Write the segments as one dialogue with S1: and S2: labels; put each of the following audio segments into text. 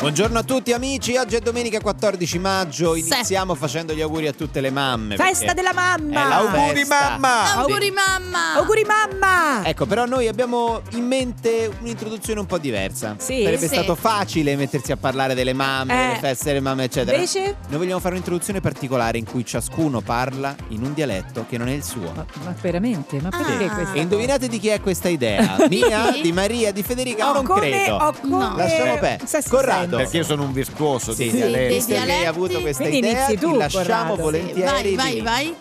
S1: Buongiorno a tutti amici, oggi è domenica 14 maggio, iniziamo facendo gli auguri a tutte le mamme.
S2: Festa
S1: perché
S2: della mamma!
S1: è
S3: Auguri
S1: festa.
S3: mamma!
S1: Sì.
S4: Auguri mamma!
S2: Auguri mamma!
S1: Ecco, però noi abbiamo in mente un'introduzione un po' diversa.
S2: Sì?
S1: Sarebbe
S4: Sì.
S1: stato facile mettersi a parlare delle mamme,
S2: Eh.
S1: delle feste delle mamme, eccetera.
S2: Invece?
S1: Noi vogliamo fare un'introduzione particolare in cui ciascuno parla in un dialetto che non è il suo.
S2: Ma, ma veramente? Ma perché
S4: Ah.
S2: questa?
S1: E indovinate di chi è questa idea? Mia,
S4: Sì.
S1: di Maria, di Federica?
S2: Ho
S1: non
S2: Oh, come,
S1: credo.
S2: ho come-
S4: No.
S1: Lasciamo perdere.
S2: Sa- si
S1: Corrado.
S2: sente.
S3: Perché io sono un virtuoso
S1: Sì,
S3: di
S1: sì,
S3: dialetti.
S1: visto che lei ha avuto questa
S2: Quindi
S1: idea,
S2: inizi tu,
S1: ti lasciamo
S2: Corrado.
S1: volentieri.
S4: Vai, vai,
S1: lì.
S4: vai.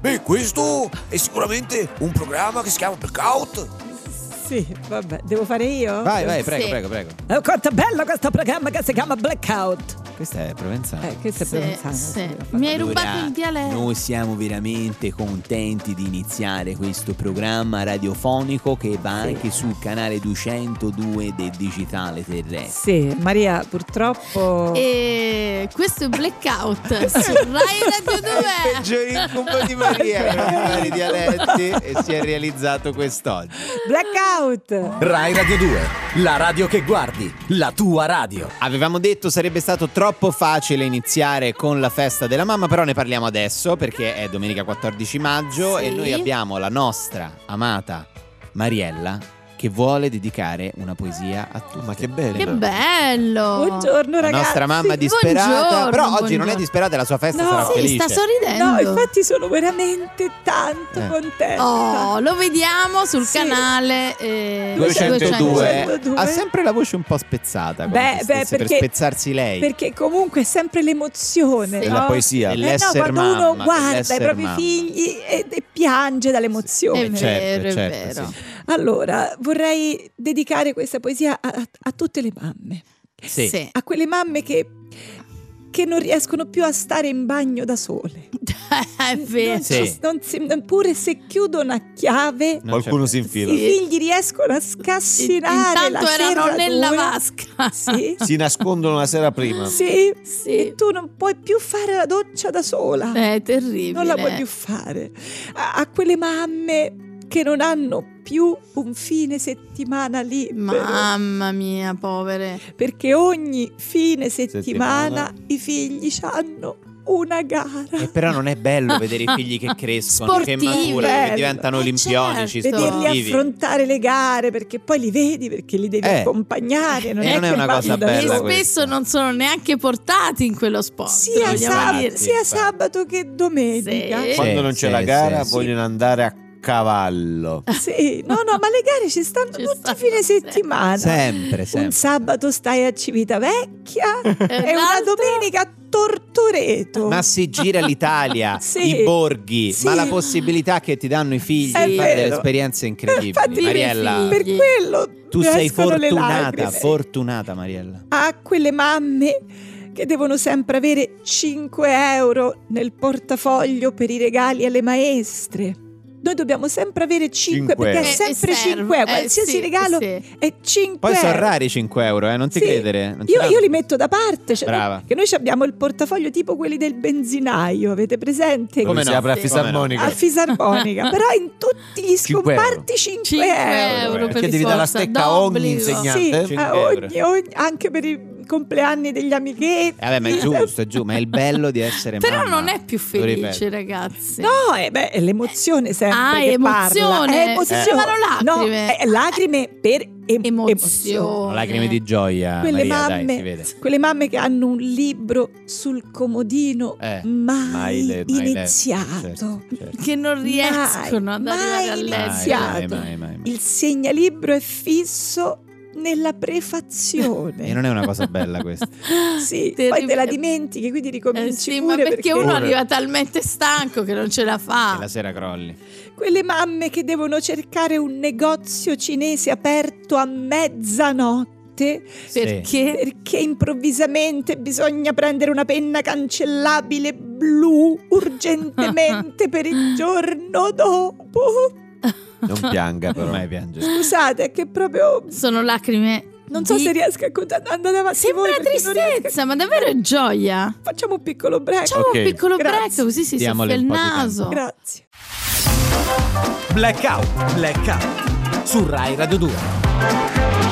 S3: Beh, questo è sicuramente un programma che si chiama Blackout.
S2: Sì, vabbè, devo fare io?
S1: Vai, vai, prego,
S4: Sì.
S1: prego, prego.
S2: Oh, quanto è bello questo programma che si chiama Blackout!
S1: Questa è Provenzano.
S2: Eh, che stai
S4: Sì,
S2: pensando?
S4: sì. Mi hai rubato il dialetto.
S1: Noi siamo veramente contenti di iniziare questo programma radiofonico che va
S2: Sì.
S1: anche sul canale 202 del digitale terrestre.
S2: Sì, Maria, purtroppo...
S4: E questo è Blackout su Rai Radio 2.
S1: peggior incubo di Maria per parlare i dialetti e si è realizzato quest'oggi.
S2: Blackout!
S5: Rai Radio 2, la radio che guardi, la tua radio.
S1: Avevamo detto sarebbe stato troppo facile iniziare con la festa della mamma, però ne parliamo adesso perché è domenica 14 maggio
S4: Sì.
S1: e noi abbiamo la nostra amata Mariella che vuole dedicare una poesia a tutti. Ma che bello!
S4: Che bello!
S2: Buongiorno
S1: La
S2: ragazzi!
S1: nostra mamma disperata,
S4: Buongiorno,
S1: però oggi
S4: buongiorno.
S1: non è disperata, la sua festa
S2: No.
S1: sarà
S4: Sì,
S1: felice.
S4: sta sorridendo.
S2: No, infatti sono veramente tanto
S1: Eh.
S2: contenta!
S4: Oh, lo vediamo sul
S2: Sì.
S4: canale eh,
S1: 202.
S2: 202.
S1: ha sempre la voce un po' spezzata come
S2: Beh,
S1: se
S2: beh,
S1: stesse
S2: perché-
S1: per spezzarsi lei.
S2: Perché comunque è sempre l'emozione,
S4: Sì.
S2: no?
S3: Della poesia.
S2: Eh
S1: Del-
S2: no,
S1: L'essere
S2: quando uno
S1: mamma,
S2: guarda i
S1: l'essere
S2: propri
S1: mamma.
S2: figli e, e piange dall'emozione.
S4: È
S1: Eh,
S4: vero, è
S1: certo,
S4: vero.
S1: sì.
S2: Allora, vorrei dedicare questa poesia a, a- a tutte le mamme,
S1: Sì.
S4: Sì.
S2: a quelle mamme che, che non riescono più a stare in bagno da sole.
S4: è vero.
S2: Non ci-
S1: Sì.
S2: non si- pure se chiudono a chiave,
S1: Non c'è
S3: Qualcuno si
S2: i
S3: infila.
S2: figli riescono a scassinare la
S4: Intanto erano
S2: serratura.
S4: nella vasca.
S2: Sì,
S3: Si nascondono la sera prima.
S2: sì. E
S4: Sì. Eh,
S2: tu non puoi più fare la doccia da sola.
S4: È terribile.
S2: non la puoi più fare. A, a quelle mamme che non hanno più un fine settimana libero.
S4: Mamma mia, povere.
S2: Perché ogni fine settimana,
S3: Settimana.
S2: i figli hanno una gara.
S1: E però non è bello vedere i figli che crescono, che
S4: Sportivi.
S1: maturano, che
S2: Bello.
S1: diventano
S4: Eh,
S1: olimpionici,
S4: certo.
S2: Vederli
S1: sportivi.
S2: affrontare le gare perché poi li vedi perché li devi
S1: Eh.
S2: accompagnare. Non
S1: Eh,
S2: è,
S1: non è
S2: che
S1: una
S2: vanno
S1: cosa
S2: da
S1: bella
S4: e
S2: soli.
S1: questa.
S4: spesso non sono neanche portati in quello sport.
S2: Sia,
S4: vogliamo
S2: sab-
S4: dire.
S2: sia
S1: infatti.
S2: sabato che domenica.
S4: Sì.
S3: Quando non c'è
S1: sì,
S3: la gara
S1: sì, sì.
S3: vogliono andare a cavallo.
S2: Sì, no, no, ma le gare ci stanno
S4: Ci
S2: tutti i
S4: stanno
S2: fine
S4: sempre.
S2: settimana.
S1: Sempre,
S2: Un
S1: sempre.
S2: sabato stai a Civitavecchia e una
S4: l'altro?
S2: domenica a Tortoreto.
S1: Ma si gira l'Italia,
S2: Oh. Sì.
S1: i borghi,
S2: Sì.
S1: ma la possibilità che ti danno i figli
S2: È
S1: di fare delle
S2: vero.
S1: esperienze incredibili.
S2: Infatti,
S1: Mariella,
S2: Per
S4: Figli.
S2: quello
S1: tu
S2: mi
S1: sei
S2: escono le lacrime.
S1: fortunata, fortunata Mariella.
S2: a quelle mamme che devono sempre avere 5 euro nel portafoglio per i regali alle maestre. Noi dobbiamo sempre avere 5,
S3: Cinque
S2: perché è
S3: euro.
S2: sempre
S4: Eh, serve.
S2: 5 euro,
S4: Eh,
S2: qualsiasi
S4: sì,
S2: regalo
S4: sì.
S2: è 5
S1: Poi sono
S2: euro.
S1: rari i 5 euro, eh, non ti
S2: Sì.
S1: credere. non ti
S2: Io,
S1: danno.
S2: io li metto da parte. Cioè,
S1: Brava.
S2: Che noi ci abbiamo il portafoglio tipo quelli del benzinaio, avete presente?
S3: Dove
S1: Come
S3: si
S1: no?
S3: apre la
S1: Sì.
S3: fisarmonica.
S2: A fisarmonica. Però in tutti gli
S3: Cinque euro.
S2: scomparti 5,
S4: 5 euro,
S2: euro.
S4: per
S3: Perché devi dare la
S4: forza,
S3: stecca a ogni
S4: d'obbligo.
S3: insegnante.
S2: Sì,
S3: Cinque
S2: a
S1: euro.
S2: ogni- ogni- anche per i compleanni degli amichetti.
S1: Eh, vabbè, ma è giusto, è giusto, ma è il bello di essere
S4: Però
S1: mamma.
S4: non è più
S1: Lo ripeto.
S4: felice, ragazzi.
S2: No, eh, beh, è l'emozione sempre
S4: Ah,
S2: che
S4: è
S2: parla.
S4: emozione.
S2: È emozione.
S4: Eh. Sembrano lacrime.
S2: No, è lacrime per em- emozione.
S4: Emozione.
S1: Lacrime di gioia,
S2: eh, Quelle
S1: Maria,
S2: mamme,
S1: dai, si vede.
S2: quelle mamme che hanno un libro sul comodino
S1: Eh,
S2: mai,
S1: Mai letto, mai letto.
S2: iniziato.
S1: Certo, certo.
S4: Che non riescono ad
S2: Mai, mai
S4: arrivare a
S1: Mai,
S4: leggere.
S2: iniziato.
S1: mai, mai, mai, mai.
S2: Il segnalibro è fisso nella prefazione.
S1: E non è una cosa bella questa.
S2: Sì, poi
S4: Terribile.
S2: te la dimentichi, quindi
S4: Eh
S2: ricominci
S4: sì, ma
S2: pure
S4: perché, uno
S1: Pure.
S4: arriva talmente stanco che non ce la
S1: E
S4: fa.
S1: la sera crolli.
S2: quelle mamme che devono cercare un negozio cinese aperto a mezzanotte
S4: Perché?
S2: perché improvvisamente bisogna prendere una penna cancellabile blu urgentemente per il giorno dopo.
S3: Non pianga però.
S1: Ormai piange.
S2: Scusate, è che proprio
S4: Sono lacrime.
S2: non so
S4: di-
S2: se riesco a contare. Andate avanti.
S4: Sembra
S2: voi, perché non riesco
S4: tristezza, ma davvero è gioia.
S2: a- Facciamo un piccolo break.
S4: Facciamo
S3: Ok.
S4: un piccolo
S2: Grazie.
S4: break così si
S1: Diamole
S4: soffia il
S1: un po' di tempo.
S4: naso.
S2: Grazie.
S5: Blackout, blackout. Su Rai Radio 2.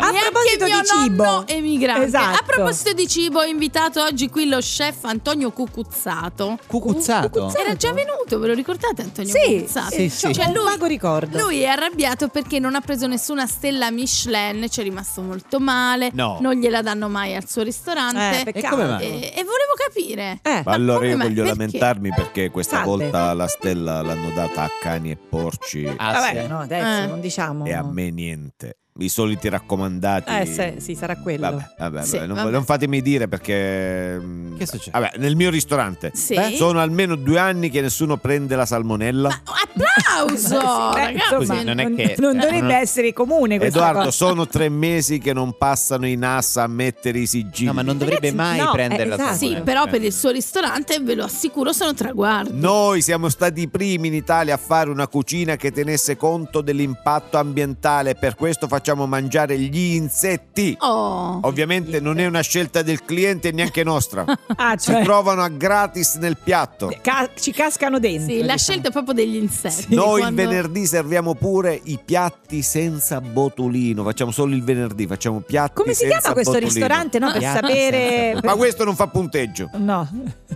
S2: A
S4: Neanche
S2: proposito
S4: mio
S2: di cibo.
S4: nonno emigrante.
S2: Esatto.
S4: A proposito di cibo, ho invitato oggi qui lo chef Antonio Cucuzzato.
S6: Cucuzzato?
S2: Cucuzzato?
S4: Era già venuto, ve lo ricordate Antonio
S2: Sì,
S4: Cucuzzato?
S6: Sì,
S2: sì,
S6: sì.
S4: Cioè,
S2: un
S4: lui-
S2: vago ricordo.
S4: Lui è arrabbiato perché non ha preso nessuna stella Michelin, ci è rimasto molto male,
S6: No.
S4: non gliela danno mai al suo ristorante.
S2: Eh,
S4: e,
S2: peccato.
S6: come mai?
S4: e volevo capire.
S2: Eh,
S4: Ma
S3: allora
S4: come
S3: io
S4: mai?
S3: voglio
S4: Perché?
S3: lamentarmi perché questa
S2: Salve.
S3: volta la stella l'hanno data a cani e porci
S6: Ah,
S2: vabbè,
S6: sì.
S2: no, adesso
S4: Eh.
S2: non diciamo.
S3: e a me niente. I soliti raccomandati.
S2: Eh, se- sì, sarà quello.
S3: Vabbè, vabbè,
S4: Sì,
S3: vabbè, non,
S4: vabbè.
S3: non fatemi dire perché. mm,
S6: Che succede?
S3: Vabbè, nel mio ristorante
S4: Sì.
S3: eh, sono almeno due anni che nessuno prende la salmonella.
S4: Ma- applauso!
S2: Sì, beh,
S4: ragazzi.
S6: Così, non è che-
S2: non dovrebbe essere comune questa
S3: eh, Edoardo,
S2: cosa.
S3: sono tre mesi che non passano i NAS a mettere i sigilli.
S6: No, ma non dovrebbe
S2: Ragazzi,
S6: mai
S2: no,
S6: prenderla
S2: eh, esatto.
S4: Sì,
S6: salmonella.
S4: però
S6: Eh.
S4: per il suo ristorante ve lo assicuro sono traguardi.
S3: Noi siamo stati i primi in Italia a fare una cucina che tenesse conto dell'impatto ambientale, per questo facciamo mangiare gli insetti.
S4: Oh.
S3: Ovviamente non è una scelta del cliente e neanche nostra.
S2: Ah,
S3: Si
S2: cioè,
S3: trovano a gratis nel piatto.
S2: ca- ci cascano dentro.
S4: Sì, la
S2: diciamo.
S4: scelta è proprio degli insetti.
S3: Noi
S4: quando-
S3: il venerdì serviamo pure i piatti senza botulino, facciamo solo il venerdì, facciamo piatti
S2: Come si chiama
S3: senza
S2: questo
S3: botulino.
S2: ristorante? No, per
S6: Ah,
S2: sapere.
S6: senza-
S3: Ma questo non fa punteggio.
S2: No,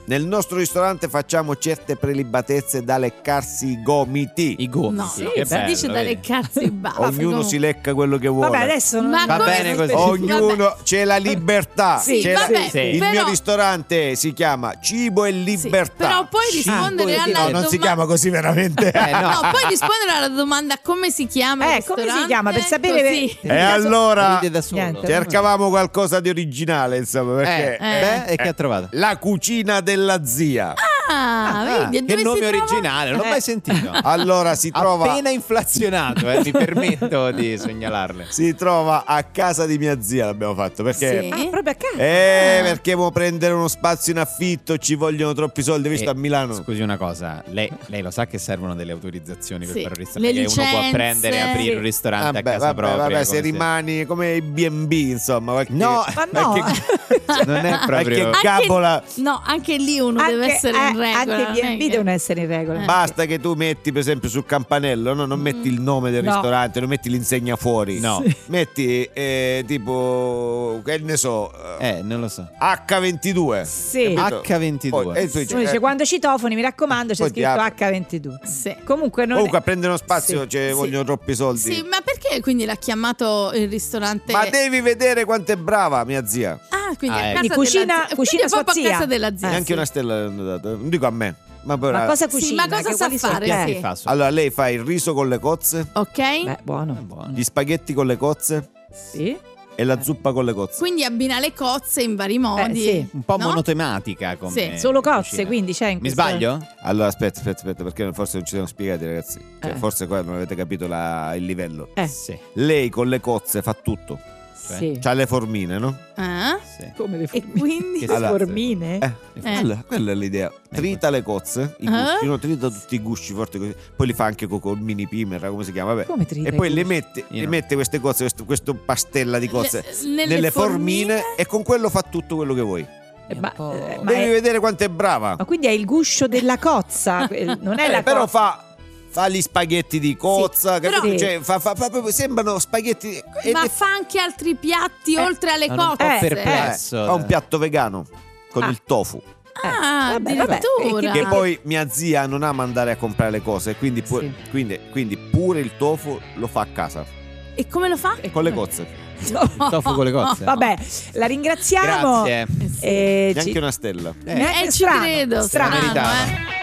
S3: Nel nostro ristorante facciamo certe prelibatezze da leccarsi i gomiti.
S6: I gomiti.
S4: No,
S6: che
S4: si
S6: bello,
S4: dice dalle
S6: vedi.
S4: cazzi baffi.
S3: Ognuno
S4: comunque.
S3: si lecca quello che vuole.
S2: vabbè, adesso non
S4: Ma
S6: Va
S4: come-
S6: bene così.
S2: Eh,
S3: Ognuno c'è la libertà.
S4: Sì,
S3: c'è la-
S4: vabbè,
S6: sì.
S3: Il
S4: però-
S3: mio ristorante si chiama Cibo e
S4: sì,
S3: Libertà.
S4: Però poi
S6: Cibo
S4: rispondere
S6: e
S4: alla
S3: No,
S6: libertà.
S4: domanda...
S3: non si chiama così veramente.
S6: Eh, no.
S4: No, poi rispondere alla domanda come si chiama il
S2: Eh, come si
S4: ristorante,
S2: chiama? Per sapere-
S4: così.
S3: E allora
S6: Ride da solo.
S2: Niente.
S3: cercavamo qualcosa di originale, insomma,
S6: Eh,
S3: perché
S4: Eh.
S6: beh, e che ha trovato?
S3: la cucina della zia.
S4: Ah, vedi,
S6: che
S4: dove si
S6: nome
S4: trova?
S6: originale, non l'ho
S2: Eh.
S6: mai sentito.
S3: Allora si trova,
S6: Appena inflazionato, eh, mi permetto di segnalarle.
S3: si trova a casa di mia zia, l'abbiamo fatto, perché...
S4: Sì.
S2: Ah, proprio a casa.
S3: Eh,
S6: Ah.
S3: perché vuoi prendere uno spazio in affitto, ci vogliono troppi soldi, visto
S6: Eh,
S3: a Milano.
S6: Scusi una cosa, lei, lei lo sa che servono delle autorizzazioni per
S4: Sì,
S6: fare un ristorante?
S4: le
S6: Che uno può
S4: licenze.
S6: prendere e aprire
S4: Sì.
S6: un ristorante a
S3: Vabbè,
S6: casa
S3: Ah, vabbè,
S6: propria.
S3: vabbè, se
S6: come
S3: rimani come i B&B, insomma. Qualche,
S6: No,
S2: Ma no,
S6: non è proprio.
S3: Perché- Capola.
S4: No, anche lì uno deve essere in
S2: eh,
S4: regola.
S2: anche i
S4: non è
S2: B&B
S4: che-
S2: devono essere in regola.
S4: Eh.
S3: Basta che tu metti, per esempio, sul campanello, no? non metti il nome del
S2: No.
S3: ristorante, non metti l'insegna fuori.
S6: No.
S3: Metti eh, tipo, che ne so, eh,
S6: Eh, non lo so.
S3: H22.
S2: Sì.
S3: Capito?
S6: H22.
S3: Poi- e tu dici,
S2: Uno dice
S3: eh,
S2: quando citofoni, mi raccomando, c'è
S3: Poi ti
S2: scritto
S3: apre.
S2: H22.
S4: Sì.
S2: Comunque non
S3: Comunque a prendere uno spazio
S2: Sì,
S3: cioè,
S4: sì.
S3: vogliono troppi soldi.
S4: Sì, ma perché quindi l'ha chiamato il ristorante?
S3: Ma devi vedere quanto è brava mia zia.
S4: Ah, quindi
S6: Ah,
S4: a
S6: eh.
S4: casa
S2: Di
S4: della
S2: cucina-
S4: zia.
S2: cucina
S4: Quindi è
S2: sua
S4: proprio a
S2: zia.
S4: casa della zia.
S3: Neanche
S4: sì.
S3: una stella le hanno dato. Non dico a me, ma però.
S2: Ma cosa
S4: Sì,
S2: cucina?
S4: ma cosa
S2: Che-
S4: sa
S2: quali sono i
S4: fare?
S2: piatti?
S4: Sì.
S6: Fa su-
S3: Allora lei fa il riso con le cozze,
S4: Ok?
S2: Beh,
S3: Eh,
S2: buono.
S6: Buono.
S3: gli spaghetti con le cozze
S2: Sì.
S3: e
S2: Eh.
S3: la zuppa con le cozze.
S4: Quindi abbina le cozze in vari modi.
S2: sì.
S6: Un po'
S4: no?
S6: monotematica come
S4: Sì.
S2: Solo cozze,
S6: cucina.
S2: quindi c'è in
S6: Mi
S2: questo-
S6: sbaglio?
S3: Allora aspetta, aspetta, aspetta, perché forse non ci siamo spiegati ragazzi. Cioè,
S2: Eh.
S3: Forse qua non avete capito la- il livello.
S2: Eh.
S6: Sì.
S3: Lei con le cozze fa tutto.
S2: Sì.
S3: C'ha le formine, no?
S4: Ah,
S6: sì.
S2: Come le
S4: E
S2: formine?
S4: quindi...
S6: Che
S2: Le
S3: Allora,
S2: formine?
S3: Eh,
S4: Eh.
S3: Quella, quella è l'idea.
S2: Eh,
S3: Trita le cozze, i
S4: Ah.
S3: gusti, no? Trita tutti i gusci forti così. Poi li fa anche co- col mini pimer, come si chiama? Vabbè.
S2: Come trita
S3: E
S2: i
S3: poi le
S2: gusci?
S3: mette,
S6: Io
S3: le
S6: no.
S3: mette queste cozze, questo, questo pastella di cozze
S4: Le- nelle
S3: formine,
S4: formine?
S3: e con quello fa tutto quello che vuoi.
S2: Eh, ma,
S6: po'-
S2: eh, ma
S3: Devi
S2: è-
S3: vedere quanto è brava.
S2: ma quindi è il guscio della cozza, quel- non è
S3: Eh,
S2: la
S3: però
S2: cozza.
S3: fa, fa gli spaghetti di cozza,
S4: però-
S3: capito? Cioè, fa, fa- fa proprio- sembrano spaghetti. ed
S4: Ma
S3: è-
S4: fa anche altri piatti
S2: Eh.
S4: oltre alle
S6: Sono un po'
S4: cozze.
S2: perplesso.
S3: eh,
S6: perplesso.
S3: fa un piatto vegano con
S2: Ah.
S3: il tofu.
S4: Ah,
S2: Vabbè, vabbè. Eh,
S4: addirittura.
S3: Che poi mia zia non ama andare a comprare le cose, quindi, pu-
S2: Sì.
S3: quindi, quindi pure il tofu lo fa a casa
S4: E come lo fa?
S3: con le cozze. Cioè,
S6: Il tofu con le cozze.
S2: Vabbè, la ringraziamo.
S6: Grazie.
S2: E
S3: Neanche
S2: Eh, ci-
S3: una stella.
S4: Eh,
S2: Eh,
S4: ci
S2: strano,
S4: credo.
S2: strano.
S4: strano eh.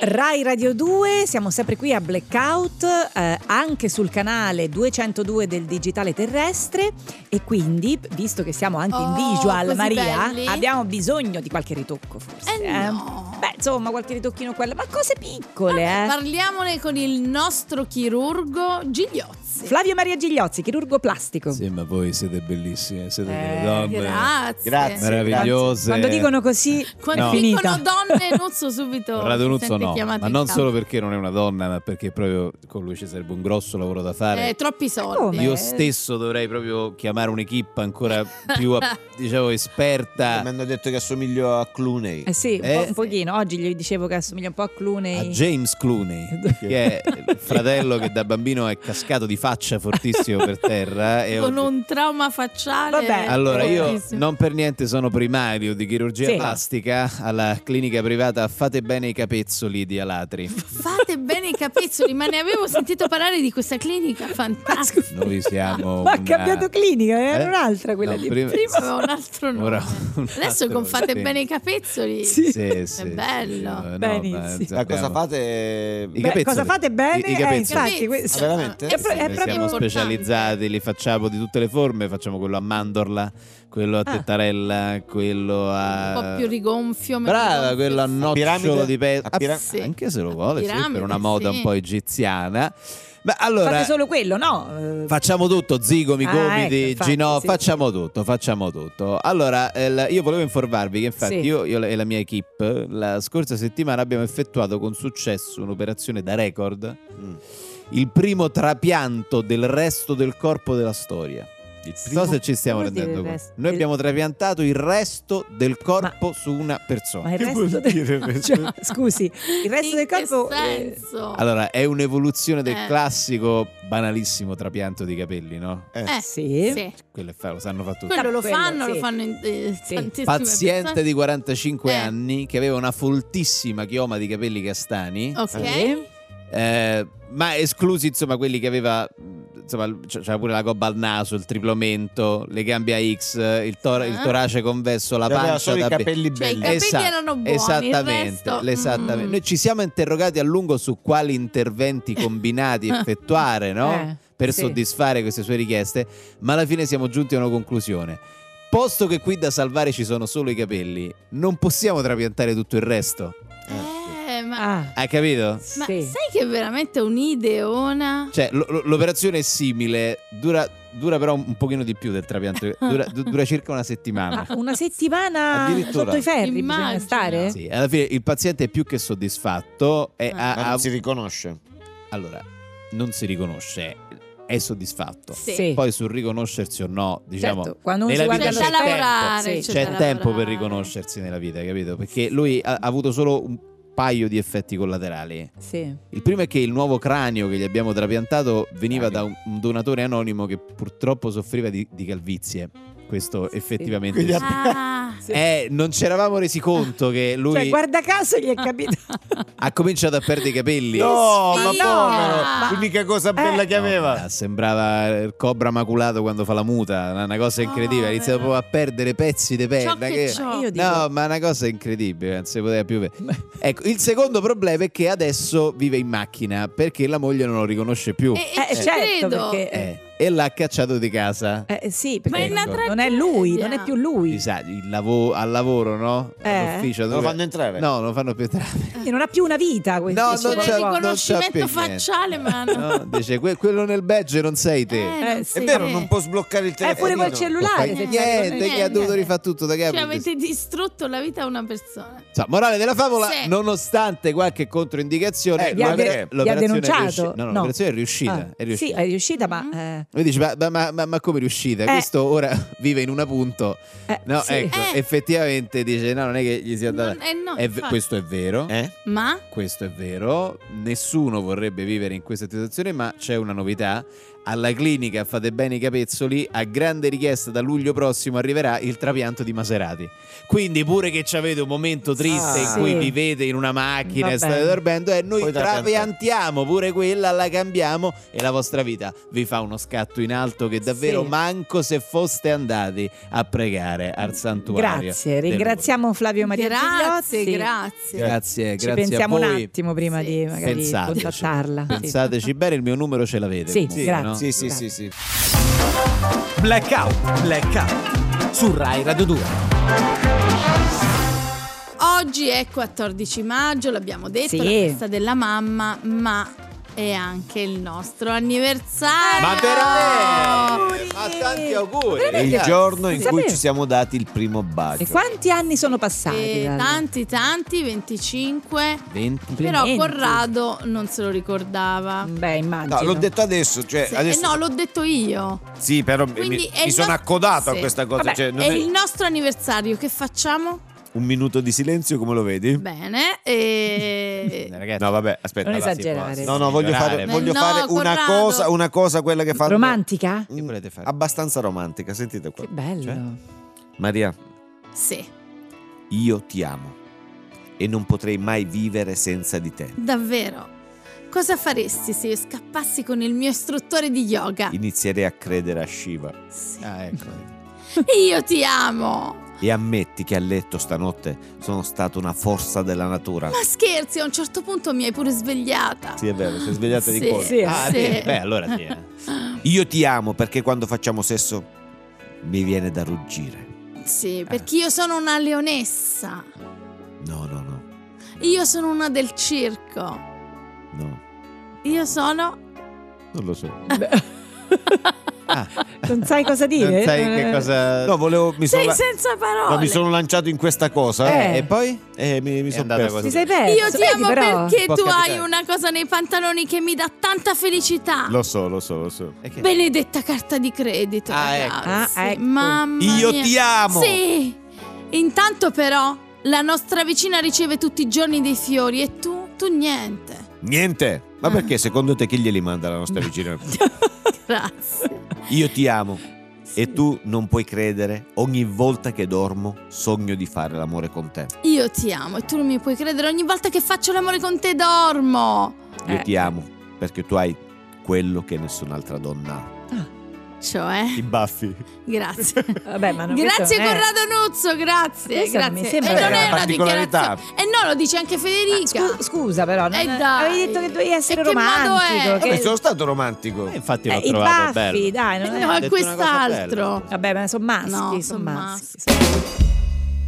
S2: Rai Radio 2, siamo sempre qui a Blackout, eh, anche sul canale 202 del Digitale Terrestre e quindi, visto che siamo anche in
S4: Oh,
S2: visual,
S4: così
S2: Maria,
S4: belli.
S2: abbiamo bisogno di qualche ritocco forse.
S4: Eh, no.
S2: Beh, insomma, qualche ritocchino quello, ma cose piccole, eh.
S4: Parliamone con il nostro chirurgo Gigliozzi. Grazie.
S2: Flavio Maria Gigliozzi, chirurgo plastico.
S1: Sì, ma voi siete bellissime, siete delle
S4: Eh,
S1: donne
S4: grazie.
S3: Grazie.
S1: meravigliose.
S2: Quando dicono così,
S4: Quando
S1: No.
S2: è finita.
S4: dicono donne, Nuzzo subito. si
S1: Radonuzzo
S4: sente
S1: no,
S4: chiamato
S1: ma
S4: in
S1: non
S4: causa.
S1: solo perché non è una donna, ma perché proprio con lui ci sarebbe un grosso lavoro da fare.
S4: Eh, troppi soldi.
S2: come?
S1: Io stesso dovrei proprio chiamare un'equipe ancora più, a- diciamo,
S3: Mi
S1: esperta.
S3: hanno detto che assomiglio a Clooney.
S2: Eh sì, un,
S1: Eh.
S2: po', un pochino. Oggi gli dicevo che assomiglia un po' a
S1: A
S2: Clooney.
S1: James Clooney, che è il fratello che da bambino è cascato di faccia fortissimo per terra. E
S4: Con
S1: ho-
S4: un trauma facciale.
S2: Vabbè.
S1: Allora, io
S4: fortissimo.
S1: non per niente sono primario di chirurgia
S2: Sì.
S1: plastica alla clinica privata Fate Bene i Capezzoli di Alatri.
S4: Fate bene i capezzoli, ma ne avevo sentito parlare di questa clinica fantastica.
S1: Noi siamo.
S2: Ma ha
S1: una-
S2: cambiato clinica, era
S1: Eh?
S2: un'altra quella
S1: No,
S2: lì.
S1: prima-
S4: Prima aveva un altro nome.
S1: Ora un
S4: Adesso
S1: altro,
S4: con fate
S1: sì.
S4: bene i capezzoli.
S2: Sì.
S1: Sì, sì, sì,
S4: bello.
S1: no, ma
S2: Benissimo.
S3: Ma cosa
S1: sappiamo-
S3: fate?
S1: I
S2: Beh,
S1: capezzoli.
S2: cosa fate bene?
S1: I, i
S2: Eh,
S1: capezzoli.
S2: infatti, questo-
S3: Ah, veramente?
S4: Eh,
S3: È
S4: sì,
S2: pro- è
S4: sì,
S1: Noi
S2: proprio-
S1: siamo
S4: importante.
S1: specializzati, li facciamo di tutte le forme, facciamo quello a mandorla, quello a
S2: Ah.
S1: tettarella, quello a...
S4: Un po' più rigonfio. meno
S1: Brava,
S4: rigonfio.
S1: quello a nocciolo
S3: piramide?
S1: di pesce.
S3: A pira-
S4: Sì.
S1: Anche se lo
S4: A
S1: vuole, sì, per
S4: piramide,
S1: una moda
S4: sì.
S1: un po' egiziana. Ma allora,
S2: Fate solo quello, no? Eh,
S1: facciamo tutto, zigomi,
S2: Ah,
S1: gomiti,
S2: ecco, infatti,
S1: ginò,
S2: sì.
S1: facciamo tutto, facciamo tutto. Allora, eh, la- io volevo informarvi che infatti
S2: Sì.
S1: io, io e la mia equip la scorsa settimana abbiamo effettuato con successo un'operazione da record,
S3: Mm.
S1: il primo trapianto del resto del corpo della storia. Non so se ci stiamo
S2: Come vuol
S1: rendendo
S2: dire il
S1: conto.
S2: resto?
S1: Noi
S2: Il-
S1: abbiamo trapiantato il resto del corpo su una persona.
S2: Ma il resto del... cioè, scusi, il resto
S4: In
S2: del
S4: che
S2: corpo... eh,
S4: senso?
S1: Allora, è un'evoluzione del
S4: Eh.
S1: classico banalissimo trapianto di capelli, no?
S4: Eh,
S2: sì.
S4: sì.
S1: Quello è fa- lo sanno fatto tutti.
S4: Quello lo
S2: Quello,
S4: fanno,
S2: sì.
S4: lo fanno in eh,
S2: Sì.
S4: tantissime
S1: Paziente di 45
S4: Eh.
S1: anni che aveva una foltissima chioma di capelli castani,
S4: Oh. persone. Ok. Cioè,
S1: eh, ma esclusi insomma quelli che aveva mh, insomma l- c- c'era pure la gobba al naso, il triplomento, le gambe a X, il, tor- il
S4: Ah.
S1: torace convesso, la
S3: Aveva
S1: pancia
S3: solo i
S1: da be-
S3: capelli
S4: Cioè, i
S3: belli.
S4: capelli
S1: Esatto,
S4: erano buoni. il
S1: esattamente,
S4: resto,
S1: esattamente.
S4: mm.
S1: Noi ci siamo interrogati a lungo su quali interventi combinati effettuare no?
S2: Eh,
S1: per
S2: sì.
S1: soddisfare queste sue richieste, ma alla fine siamo giunti a una conclusione. Posto che qui da salvare ci sono solo i capelli, non possiamo trapiantare tutto il resto.
S4: Eh, ma,
S2: Ah,
S1: Hai capito?
S4: ma
S2: sì.
S4: sai che è veramente un'ideona?
S1: Cioè, lo- lo- l'operazione è simile, dura, dura però un, un pochino di più del trapianto, dura, du- dura circa una settimana.
S2: Ah, una settimana
S3: Addirittura.
S2: sotto i ferri bisogna
S4: Immagino.
S2: stare?
S1: Sì, alla fine il paziente è più che soddisfatto. e ha-
S3: Ma
S1: ha-
S3: non si riconosce.
S1: Allora, non si riconosce, è soddisfatto.
S4: Sì.
S1: Poi sul riconoscersi o no, diciamo,
S2: certo, quando uno
S1: nella
S2: si
S1: vita
S2: guarda
S4: C'è
S1: c'è
S4: da
S1: il tempo.
S4: lavorare.
S2: Sì.
S1: c'è
S4: da
S1: tempo per
S4: lavorare.
S1: riconoscersi nella vita, capito? Perché lui ha, ha avuto solo un paio di effetti collaterali.
S2: Sì.
S1: Il primo è che il nuovo cranio che gli abbiamo trapiantato veniva da un,
S3: Cranio.
S1: un donatore anonimo che purtroppo soffriva di, di calvizie. Questo effettivamente
S3: Quindi
S1: sì.
S4: Ah,
S1: Eh, non ci eravamo resi conto che lui
S2: Cioè, guarda caso gli è capitato.
S1: ha cominciato a perdere i capelli.
S3: No,
S4: Sì.
S3: ma
S4: Sì.
S3: povero!
S4: Ma- Eh.
S3: L'unica cosa bella che
S1: No,
S3: aveva.
S1: guarda, sembrava il cobra maculato quando fa la muta, una- una cosa incredibile. Ha iniziato
S4: Povero.
S1: proprio a perdere pezzi di
S4: Ciò
S1: pelle.
S4: che
S1: Eh, che-
S4: ciò.
S2: Io dico,
S1: No, ma è una cosa incredibile, non si poteva più vedere. Ecco, il secondo problema è che adesso vive in macchina perché la moglie non lo riconosce più
S4: E, e
S2: eh,
S4: ci
S2: certo,
S4: credo.
S2: perché...
S1: Eh, e l'ha cacciato di casa.
S2: eh, sì, perché
S4: Ma è una
S1: Ecco.
S4: tragedia.
S2: non è lui, non è più lui.
S1: Chi sa, il lavo- al lavoro, no?
S2: Eh.
S1: All'ufficio.
S3: Non lo
S1: dove-
S3: fanno entrare.
S1: No, non lo fanno più entrare.
S2: Quindi non ha più una vita questo.
S1: No,
S4: C'è
S1: non
S4: il
S1: c'è- non
S4: riconoscimento
S1: più niente.
S4: facciale, ma Ah, no.
S1: No, dice, "Que- quello nel badge non sei te.
S4: Eh,
S2: Eh, cioè,
S4: non
S2: è
S4: si
S3: È vero,
S4: vede.
S3: non può sboccare il
S2: È pure
S3: telefono.
S2: col cellulare.
S1: cioè, Non
S2: se
S1: fai
S4: Eh,
S2: fai
S1: niente,
S2: riconoscere.
S1: chi ha dovuto rifare tutto da capo.
S4: Cioè, avete distrutto la vita a una persona.
S1: Insomma, morale della favola,
S4: Sì.
S1: nonostante qualche controindicazione,
S3: Eh,
S2: Gli ha
S1: l'opera-
S3: de-
S1: l'operazione
S2: gli ha denunciato?
S1: è riuscita. No, no,
S2: No.
S1: l'operazione è riuscita.
S2: Ah,
S1: è riuscita.
S2: Sì, è riuscita,
S4: Mm.
S2: ma... eh,
S1: Voi dici, ma, ma- ma- ma come è riuscita?
S2: Eh.
S1: Questo ora vive in una punto.
S2: eh,
S1: No,
S2: sì.
S1: ecco,
S4: Eh.
S1: effettivamente dice, no, non è che gli sia andata.
S4: Non- eh, no,
S1: È ve-
S4: infatti.
S1: questo è vero.
S3: Eh?
S4: Ma
S1: Questo è vero, nessuno vorrebbe vivere in questa situazione, ma c'è una novità. Alla clinica Fate Bene i Capezzoli, a grande richiesta da luglio prossimo arriverà il trapianto di Maserati. Quindi pure che ci avete un momento triste
S3: Ah.
S1: in cui
S2: Sì.
S1: vivete in una macchina
S2: Va
S1: e state
S2: bene.
S1: dormendo, e noi
S3: Poi trapiantate.
S1: trapiantiamo pure quella, la cambiamo e la vostra vita vi fa uno scatto in alto che davvero
S2: Sì.
S1: manco se foste andati a pregare al santuario.
S2: Grazie,
S1: del
S2: ringraziamo Flavio Maria
S4: grazie,
S2: Gigliotti.
S4: grazie.
S1: Louvre. Grazie,
S2: Ci
S1: grazie a
S2: pensiamo un
S1: voi.
S2: attimo prima
S4: Sì.
S2: di magari
S1: Pensateci.
S2: contattarla. Sì.
S1: Pensateci bene, il mio numero ce l'avete.
S2: Sì,
S1: comunque,
S2: grazie.
S1: no?
S3: Sì, sì, sì, sì.
S4: Eh,
S5: Blackout, blackout su Rai Radio 2.
S4: Oggi è 14 maggio, l'abbiamo detto,
S2: Sì.
S4: la festa della mamma, ma E anche il nostro anniversario.
S1: Ma veramente!
S2: Eh, Auguri!
S1: Ma tanti auguri!
S3: È il
S1: ragazzi.
S3: giorno in
S2: Sì.
S3: cui
S2: Sì.
S3: ci siamo dati il primo bacio.
S2: E quanti anni sono passati?
S4: E
S2: dal-
S4: Eh, tanti, tanti, 25.
S1: 20.
S4: Però
S2: Complimenti.
S4: Corrado non se lo ricordava.
S2: Beh, immagino.
S3: No, l'ho detto adesso,
S1: Eh,
S3: cioè
S4: Se-
S3: adesso-
S4: Eh, No, l'ho detto io.
S3: Sì, però mi-
S4: Quindi
S3: mi,
S4: è il
S3: sono
S4: no-
S3: accodato
S4: sì.
S3: a questa cosa.
S2: Vabbè,
S3: cioè, non
S4: È
S3: è-
S4: il nostro anniversario, che facciamo?
S3: Un minuto di silenzio, come lo vedi?
S4: Bene. E...
S1: Ragazzi,
S3: No, vabbè, aspetta.
S2: Eh, Non
S3: allora,
S2: esagerare.
S3: sì.
S2: es-
S3: No, no, voglio fare,
S4: Beh,
S3: voglio
S4: no,
S3: fare una,
S4: Corrado.
S3: cosa, una cosa, quella che fanno.
S2: Romantica?
S3: Mm,
S1: Che volete fare?
S3: Abbastanza romantica, sentite qua.
S2: Che bello.
S3: Cioè, Maria,
S4: Sì,
S3: io ti amo e non potrei mai vivere senza di te.
S4: davvero. Cosa faresti se io scappassi con il mio istruttore di yoga?
S3: Inizierei a credere a Shiva
S4: Sì.
S1: Ah, ecco.
S4: Io ti amo!
S3: e ammetti che a letto stanotte sono stata una forza della natura.
S4: Ma scherzi, a un certo punto mi hai pure svegliata.
S3: Sì, è vero, si è svegliata di
S4: Sì.
S3: colpo.
S2: Sì,
S1: Ah,
S4: sì.
S1: bene, beh, allora sì. eh.
S3: Io ti amo perché quando facciamo sesso mi viene da ruggire.
S4: Sì,
S3: Ah.
S4: perché io sono una leonessa.
S3: No, no, no,
S4: Io sono una del circo.
S3: no.
S4: Io sono...
S3: Non lo so.
S2: Non sai cosa dire?
S1: Non sai che
S2: Eh,
S1: cosa...
S3: No, volevo. Mi sono,
S4: Sei
S3: la-
S4: senza parole.
S3: no, mi sono lanciato in questa cosa.
S2: Eh.
S1: E poi?
S3: Eh, mi, mi
S1: È
S3: sono
S1: andata
S3: perso.
S2: Ti sei perso.
S4: Io ti
S2: Eh, Vedi,
S4: amo
S2: però.
S4: perché
S1: Può
S4: tu hai
S1: capitare.
S4: una cosa nei pantaloni che mi dà tanta felicità.
S3: Lo so, lo so, lo so.
S1: E eh, che-
S4: Benedetta carta di credito.
S1: Ah, ecco.
S4: ragazzi.
S2: Ah, ecco.
S4: Mamma
S3: Io
S4: mia.
S3: ti amo!
S4: Sì. Intanto però la nostra vicina riceve tutti i giorni dei fiori e tu, tu niente.
S3: Niente! Ma perché secondo te chi glieli manda la nostra vicina?
S4: Grazie.
S3: Io ti amo e tu non puoi credere, ogni volta che dormo sogno di fare l'amore con te.
S4: Io ti amo e tu non mi puoi credere. Ogni volta che faccio l'amore con te dormo.
S3: Io
S2: Eh.
S3: ti amo perché tu hai quello che nessun'altra donna ha.
S4: Cioè,
S3: I baffi.
S4: grazie.
S2: Vabbè, ma non- questo
S4: grazie
S2: non è-
S4: Corrado Nuzzo, grazie.
S2: Questa
S4: grazie.
S2: mi sembra
S4: e non
S2: una
S4: è una
S3: Eh, particolarità.
S4: dichiarazione. E no, lo dice anche Federica.
S2: Ah, Scu- scusa però, non
S4: Eh, dai.
S2: avevi detto che dovevi essere
S4: E che modo è?
S2: romantico. che-
S3: Vabbè, sono stato romantico.
S1: Eh, infatti
S2: Eh,
S1: l'ho
S2: I
S1: trovato
S2: baffi,
S1: bello.
S2: dai, non
S4: Eh
S2: è-
S4: no, è
S1: detto una cosa
S4: quest'altro.
S2: Vabbè, ma sono maschi,
S4: No,
S2: sono
S4: son
S2: maschi.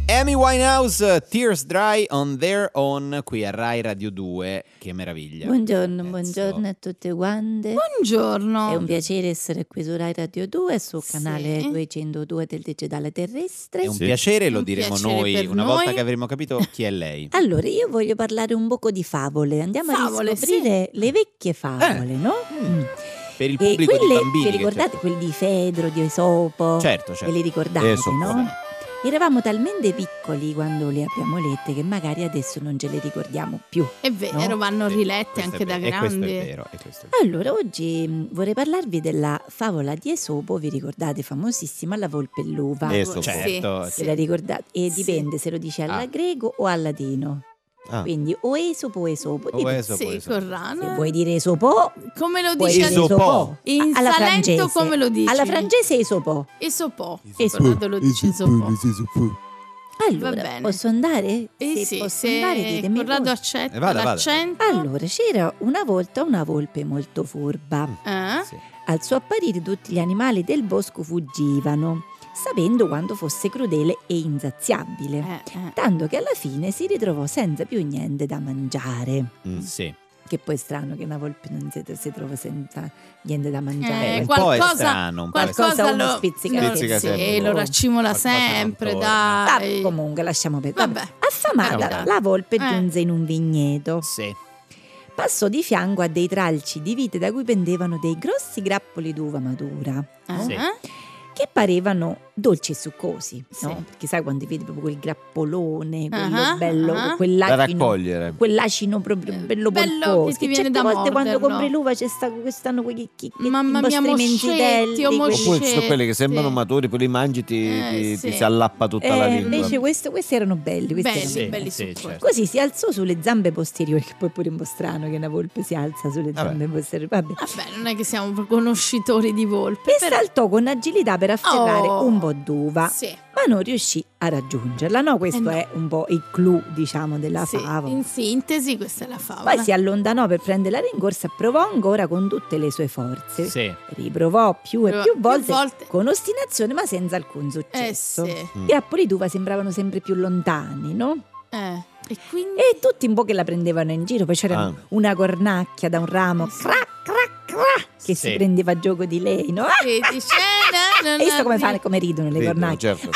S1: Amy Winehouse, eh, Tears Dry on Their Own, qui a Rai Radio 2. Che meraviglia.
S7: Buongiorno,
S1: Pezzo.
S7: buongiorno a tutte quante. È un
S4: Buongiorno.
S7: piacere essere qui su Rai Radio 2, sul
S4: Sì.
S7: canale 202 del digitale terrestre.
S1: È un piacere, lo
S4: Un
S1: diremo
S4: piacere
S1: noi
S4: per
S1: una
S4: noi.
S1: volta che avremo capito chi è lei.
S7: Allora, io voglio parlare un poco di favole. Andiamo
S4: Favole,
S7: a riscoprire le vecchie favole, no? Mm.
S1: Eh. Per il
S7: E
S1: pubblico di
S7: quelle,
S1: bambini.
S7: vi
S1: che
S7: ricordate quelli di Fedro, di Esopo?
S1: c'è- Certo, certo.
S7: Ve li
S4: eh,
S7: ricordate,
S3: Esopo,
S7: no?
S1: come
S7: Eravamo talmente piccoli quando le abbiamo lette che magari adesso non ce le ricordiamo più.
S4: È vero,
S7: No?
S4: vanno
S1: Sì,
S4: rilette
S1: questo è
S4: anche da
S1: vero, E questo è
S4: grandi.
S1: vero. e questo è
S7: Allora, oggi mh, vorrei parlarvi della favola di Esopo, vi ricordate, famosissima, la volpe e l'uva.
S3: Eh,
S1: vero.
S3: Esopo.
S1: Certo.
S4: Sì,
S7: Se la ricordate? E
S4: Sì.
S7: dipende se lo dice alla
S1: Ah.
S7: greco o al latino.
S3: Ah.
S7: Quindi o Esopo o Esopo.
S1: O
S3: Oh, eh,
S7: Dipende.
S1: Esopo,
S4: Sì,
S1: Esopo.
S7: Se
S4: Corrano.
S7: vuoi dire Esopo,
S4: Come lo
S7: puoi
S4: dice
S7: dire
S1: Esopo.
S7: Esopo.
S4: In
S7: alla
S4: Salento
S7: francese.
S4: come lo dici?
S7: Alla francese Esopo.
S4: Esopò.
S7: Esopò.
S4: Corrado lo dice Esopò.
S7: Allora,
S4: Va bene.
S7: posso andare?
S4: Eh
S7: se
S4: sì,
S7: posso
S4: se
S7: andare, ditemi
S4: Corrado
S7: voi.
S4: accetta
S1: Eh, vada, vada.
S4: l'accento.
S7: Allora, c'era una volta una volpe molto furba.
S4: Eh?
S1: Sì.
S7: Al suo apparire tutti gli animali del bosco fuggivano, sapendo quanto fosse crudele e insaziabile,
S4: Eh, eh.
S7: tanto che alla fine si ritrovò senza più niente da mangiare.
S1: Sì.
S7: Che poi è strano che una volpe non si, si trova senza niente da mangiare.
S4: Eh,
S1: un po' è
S4: qualcosa,
S1: strano, un po' è
S4: qualcosa
S7: strano.
S4: lo
S7: Uno spizzica
S4: lo-
S1: sempre.
S4: sì, lo raccimola
S1: Qualcosa non
S4: sempre,
S1: torna.
S7: Ah,
S4: dai.
S7: comunque lasciamo perdere.
S4: Vabbè.
S7: Vabbè. Affamata,
S4: Eh,
S7: la volpe
S4: eh.
S7: giunse in un vigneto.
S1: Sì.
S7: Passò di fianco a dei tralci di vite da cui pendevano dei grossi grappoli d'uva madura.
S4: Eh,
S1: Sì.
S4: eh?
S7: che parevano dolci e succosi,
S4: Sì.
S7: no? Chissà quando vedi proprio quel grappolone, quello
S4: Ah,
S7: bello,
S4: ah.
S3: Da
S7: quell'acino,
S3: raccogliere.
S7: quell'acino proprio
S4: Eh,
S7: bello
S4: bello che
S7: polposo.
S4: ti
S7: Che
S4: viene
S7: certe
S4: da
S7: volte quando
S4: morderlo.
S7: compri l'uva c'è sta quest'anno quei chicchetti,
S4: Mamma
S7: i
S4: mia,
S7: vostri
S4: moscetti,
S7: menzitelli,
S4: o
S7: quelli-
S4: moscetti.
S3: Oppure ci sono quelli che
S4: Sì.
S3: sembrano maturi, poi li mangi ti,
S4: Eh,
S3: ti-
S4: sì.
S3: ti si allappa tutta la
S7: Eh,
S3: lingua.
S7: invece questo- questi erano belli, questi
S4: Belli,
S7: erano
S1: Sì,
S4: belli
S1: sì,
S4: succosi.
S1: certo.
S7: Così si alzò sulle zampe posteriori, che poi pure è un po' strano che una volpe si alza sulle
S3: Vabbè.
S7: zampe posteriori. Vabbè.
S4: Vabbè, non è che siamo proprio conoscitori di volpe.
S7: E
S4: però-
S7: saltò con agilità per afferrare
S4: Oh.
S7: un po' d'uva.
S4: Sì,
S7: ma non riuscì a raggiungerla. No, questo
S4: Eh no.
S7: è un po' il clou, diciamo, della
S4: sì.
S7: favola.
S4: in sintesi questa è la favola.
S7: Poi si allontanò per prendere la rincorsa, provò ancora con tutte le sue forze.
S1: Sì.
S7: Riprovò più e
S4: Provò
S7: più
S4: più
S7: volte,
S4: volte.
S7: con ostinazione, ma senza alcun
S4: eh
S7: successo.
S4: sì,
S7: I grappoli d'uva sembravano sempre più lontani, no?
S4: eh. E quindi...
S7: E tutti un po' che la prendevano in giro, poi c'era
S3: Ah.
S7: una cornacchia da un ramo, crac, crac, crac, che
S6: Sì.
S7: si prendeva a gioco di lei, no?
S4: E dice, eh, no, no,
S7: Hai visto
S4: no,
S7: come,
S4: zitto.
S7: fanno, come ridono le
S3: Ridono,
S7: cornacchie?
S3: certo.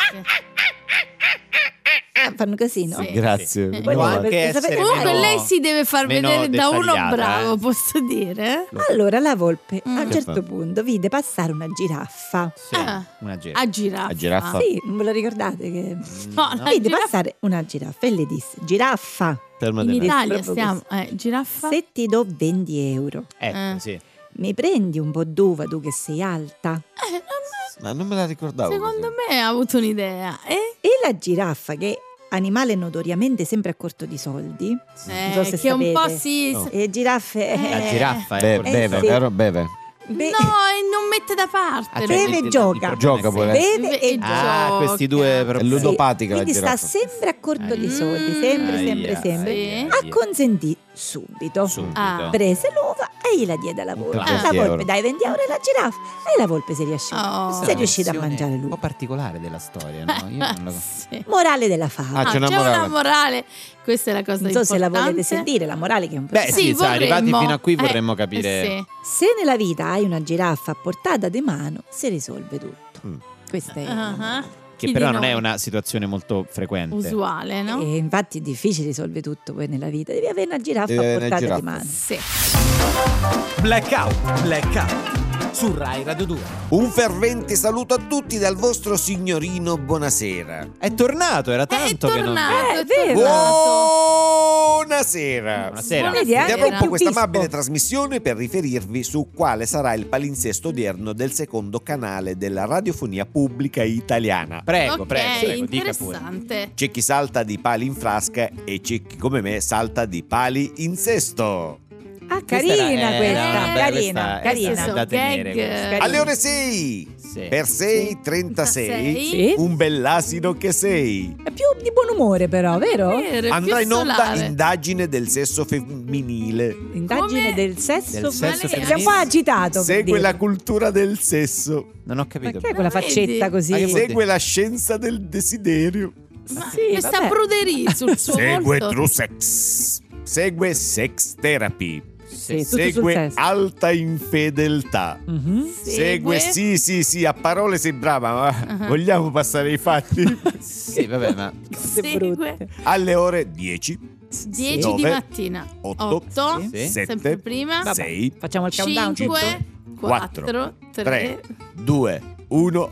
S7: Ah, fanno così, no?
S4: Eh, Sì.
S3: Grazie.
S4: Sì.
S7: Volevo
S3: Guarda,
S7: per-
S6: anche
S7: per sapere-
S6: essere
S4: Comunque
S6: meno-
S4: lei si deve far
S6: meno
S4: vedere da uno
S6: dettagliata,
S4: bravo,
S6: eh.
S4: posso dire.
S7: Allora la volpe
S4: Mm.
S7: a un
S4: Che
S7: certo
S3: fa?
S7: punto vide passare una giraffa.
S6: Sì,
S4: Ah.
S6: una gira. Mm,
S4: A giraffa.
S3: A giraffa.
S7: Sì, non ve lo ricordate che...
S4: No, la
S7: Vide
S4: giraffa-
S7: passare una giraffa e le disse, giraffa,
S4: in
S3: Fermatela.
S4: Italia
S7: proprio
S4: stiamo. Eh, giraffa.
S7: se ti do 20 euro,
S6: Ecco,
S4: Eh.
S6: sì.
S7: mi prendi un po' d'uva tu che sei alta?
S4: Eh, non me-
S3: Ma non me la ricordavo.
S4: secondo me ha avuto un'idea. Eh?
S7: E la giraffa, che animale notoriamente sempre a corto di soldi,
S4: Eh,
S7: so se
S4: che un po'
S7: sapete.
S4: si.
S3: No.
S7: e giraffe...
S4: Eh.
S6: La giraffa è
S3: Beve,
S6: corto.
S3: beve,
S7: sì.
S3: vero? Beve.
S7: Beh,
S4: No, e non mette da parte.
S6: Ah, cioè,
S7: Beve
S6: il-
S7: e
S6: il- il
S7: gioca.
S6: problema è
S3: Gioca
S6: sì.
S3: pure.
S7: beve e
S4: Beve-
S6: Ah,
S4: Gioca.
S6: questi due
S3: È
S6: problemi.
S3: ludopatica
S7: Quindi
S3: la
S7: sta
S3: giraffa.
S7: sempre a corto di
S4: Mm.
S7: soldi, sempre, sempre,
S6: Aia,
S7: sempre.
S6: aia, aia.
S7: Acconsentì subito.
S6: Subito.
S4: Ah.
S7: Prese l'uva e gliela diede alla volpe.
S3: plato.
S7: La
S3: 20
S7: volpe
S3: euro.
S7: dai 20 euro e la giraffa. E la volpe si riesce.
S4: Oh.
S7: si
S6: Questa è
S7: è riuscita a
S6: una
S7: mangiare
S6: versione Un
S7: l'uva.
S6: po' particolare della storia,
S4: Ah,
S6: no? Io non lo
S4: Sì.
S7: Morale della favola.
S3: Ah,
S4: Ah,
S3: c'è una morale.
S4: Questa è la cosa
S7: non
S4: importante.
S7: so se la volete sentire, la morale che è un po'.
S6: Beh, sì, sai, arrivati
S4: vorremmo.
S6: fino a qui
S4: Eh,
S6: vorremmo capire.
S4: eh, sì.
S7: Se nella vita hai una giraffa a portata di mano, si risolve tutto. Eh,
S3: Mm.
S7: Questa è.
S4: Ah,
S6: Che
S4: Chi
S6: però
S4: di
S6: non
S4: noi?
S6: è una situazione molto frequente.
S4: Usuale, no?
S7: E infatti è difficile risolvere tutto poi nella vita. Devi avere una giraffa
S3: Devi
S7: a
S3: avere una
S7: portata di
S3: giraffa.
S7: mano.
S4: Sì.
S5: Blackout, blackout. Su Rai Radio 2.
S3: Un fervente saluto a tutti dal vostro signorino buonasera.
S1: Eh,
S6: È tornato, era
S4: È
S6: tanto che non
S4: tornato,
S7: Eh,
S4: è
S7: vero.
S4: tornato.
S3: Esatto. Buonasera.
S6: Buonasera.
S7: Vedi, eh? Era
S3: Interrompo
S7: più
S3: questa
S7: vispo.
S3: amabile trasmissione per riferirvi su quale sarà il palinsesto odierno del secondo canale della radiofonia pubblica italiana.
S6: Prego,
S4: Ok,
S6: prego, prego, dica pure. Eh,
S4: interessante.
S3: C'è chi salta di pali in frasca e c'è chi come me salta di pali in sesto.
S7: Ah,
S6: Questa
S7: carina
S6: era- era
S7: questa,
S6: una bella-
S7: carina,
S6: questa-
S7: carina.
S6: questa è da tenere,
S4: Gag.
S6: questa.
S3: Alle ore 6
S6: Sì.
S3: per 6.36
S4: Trentasei.
S7: Sì.
S3: un bell'asino che sei.
S7: È più di buon umore però, vero?
S4: Vero, è
S3: Andrà
S4: più
S3: in onda
S4: solare.
S3: indagine del sesso femminile.
S7: Indagine
S4: Come-
S7: del sesso,
S6: Del sesso
S7: femminile.
S4: femminile.
S7: Sei un po' agitato. per
S3: Segue
S7: dire.
S3: la cultura del sesso.
S6: Non ho
S7: Ma
S6: capito.
S7: che è quella
S4: Ma vedi?
S7: faccetta così?
S6: Ma che vuol
S3: Segue la scienza del desiderio.
S4: Ma
S7: Sì,
S4: questa
S7: vabbè.
S4: pruderia sul suo
S3: Segue
S4: volto.
S3: true sex. Segue sex therapy.
S7: Sì, tutto sul
S3: Segue
S7: sesso.
S3: alta infedeltà.
S7: Mhm.
S3: Segue, sì, sì, sì, a parole sei brava, ma
S4: Ah.
S3: vogliamo passare ai fatti.
S6: Sì, vabbè, ma
S7: Cose brutte.
S3: Alle ore 10,
S4: 10 di
S3: Nove.
S4: mattina.
S3: 8,
S4: 8,
S6: Sì.
S4: sempre prima.
S3: 6,
S7: Facciamo il countdown.
S4: 5,
S3: Quattro,
S4: 4, 3.
S3: 3, 2, 1.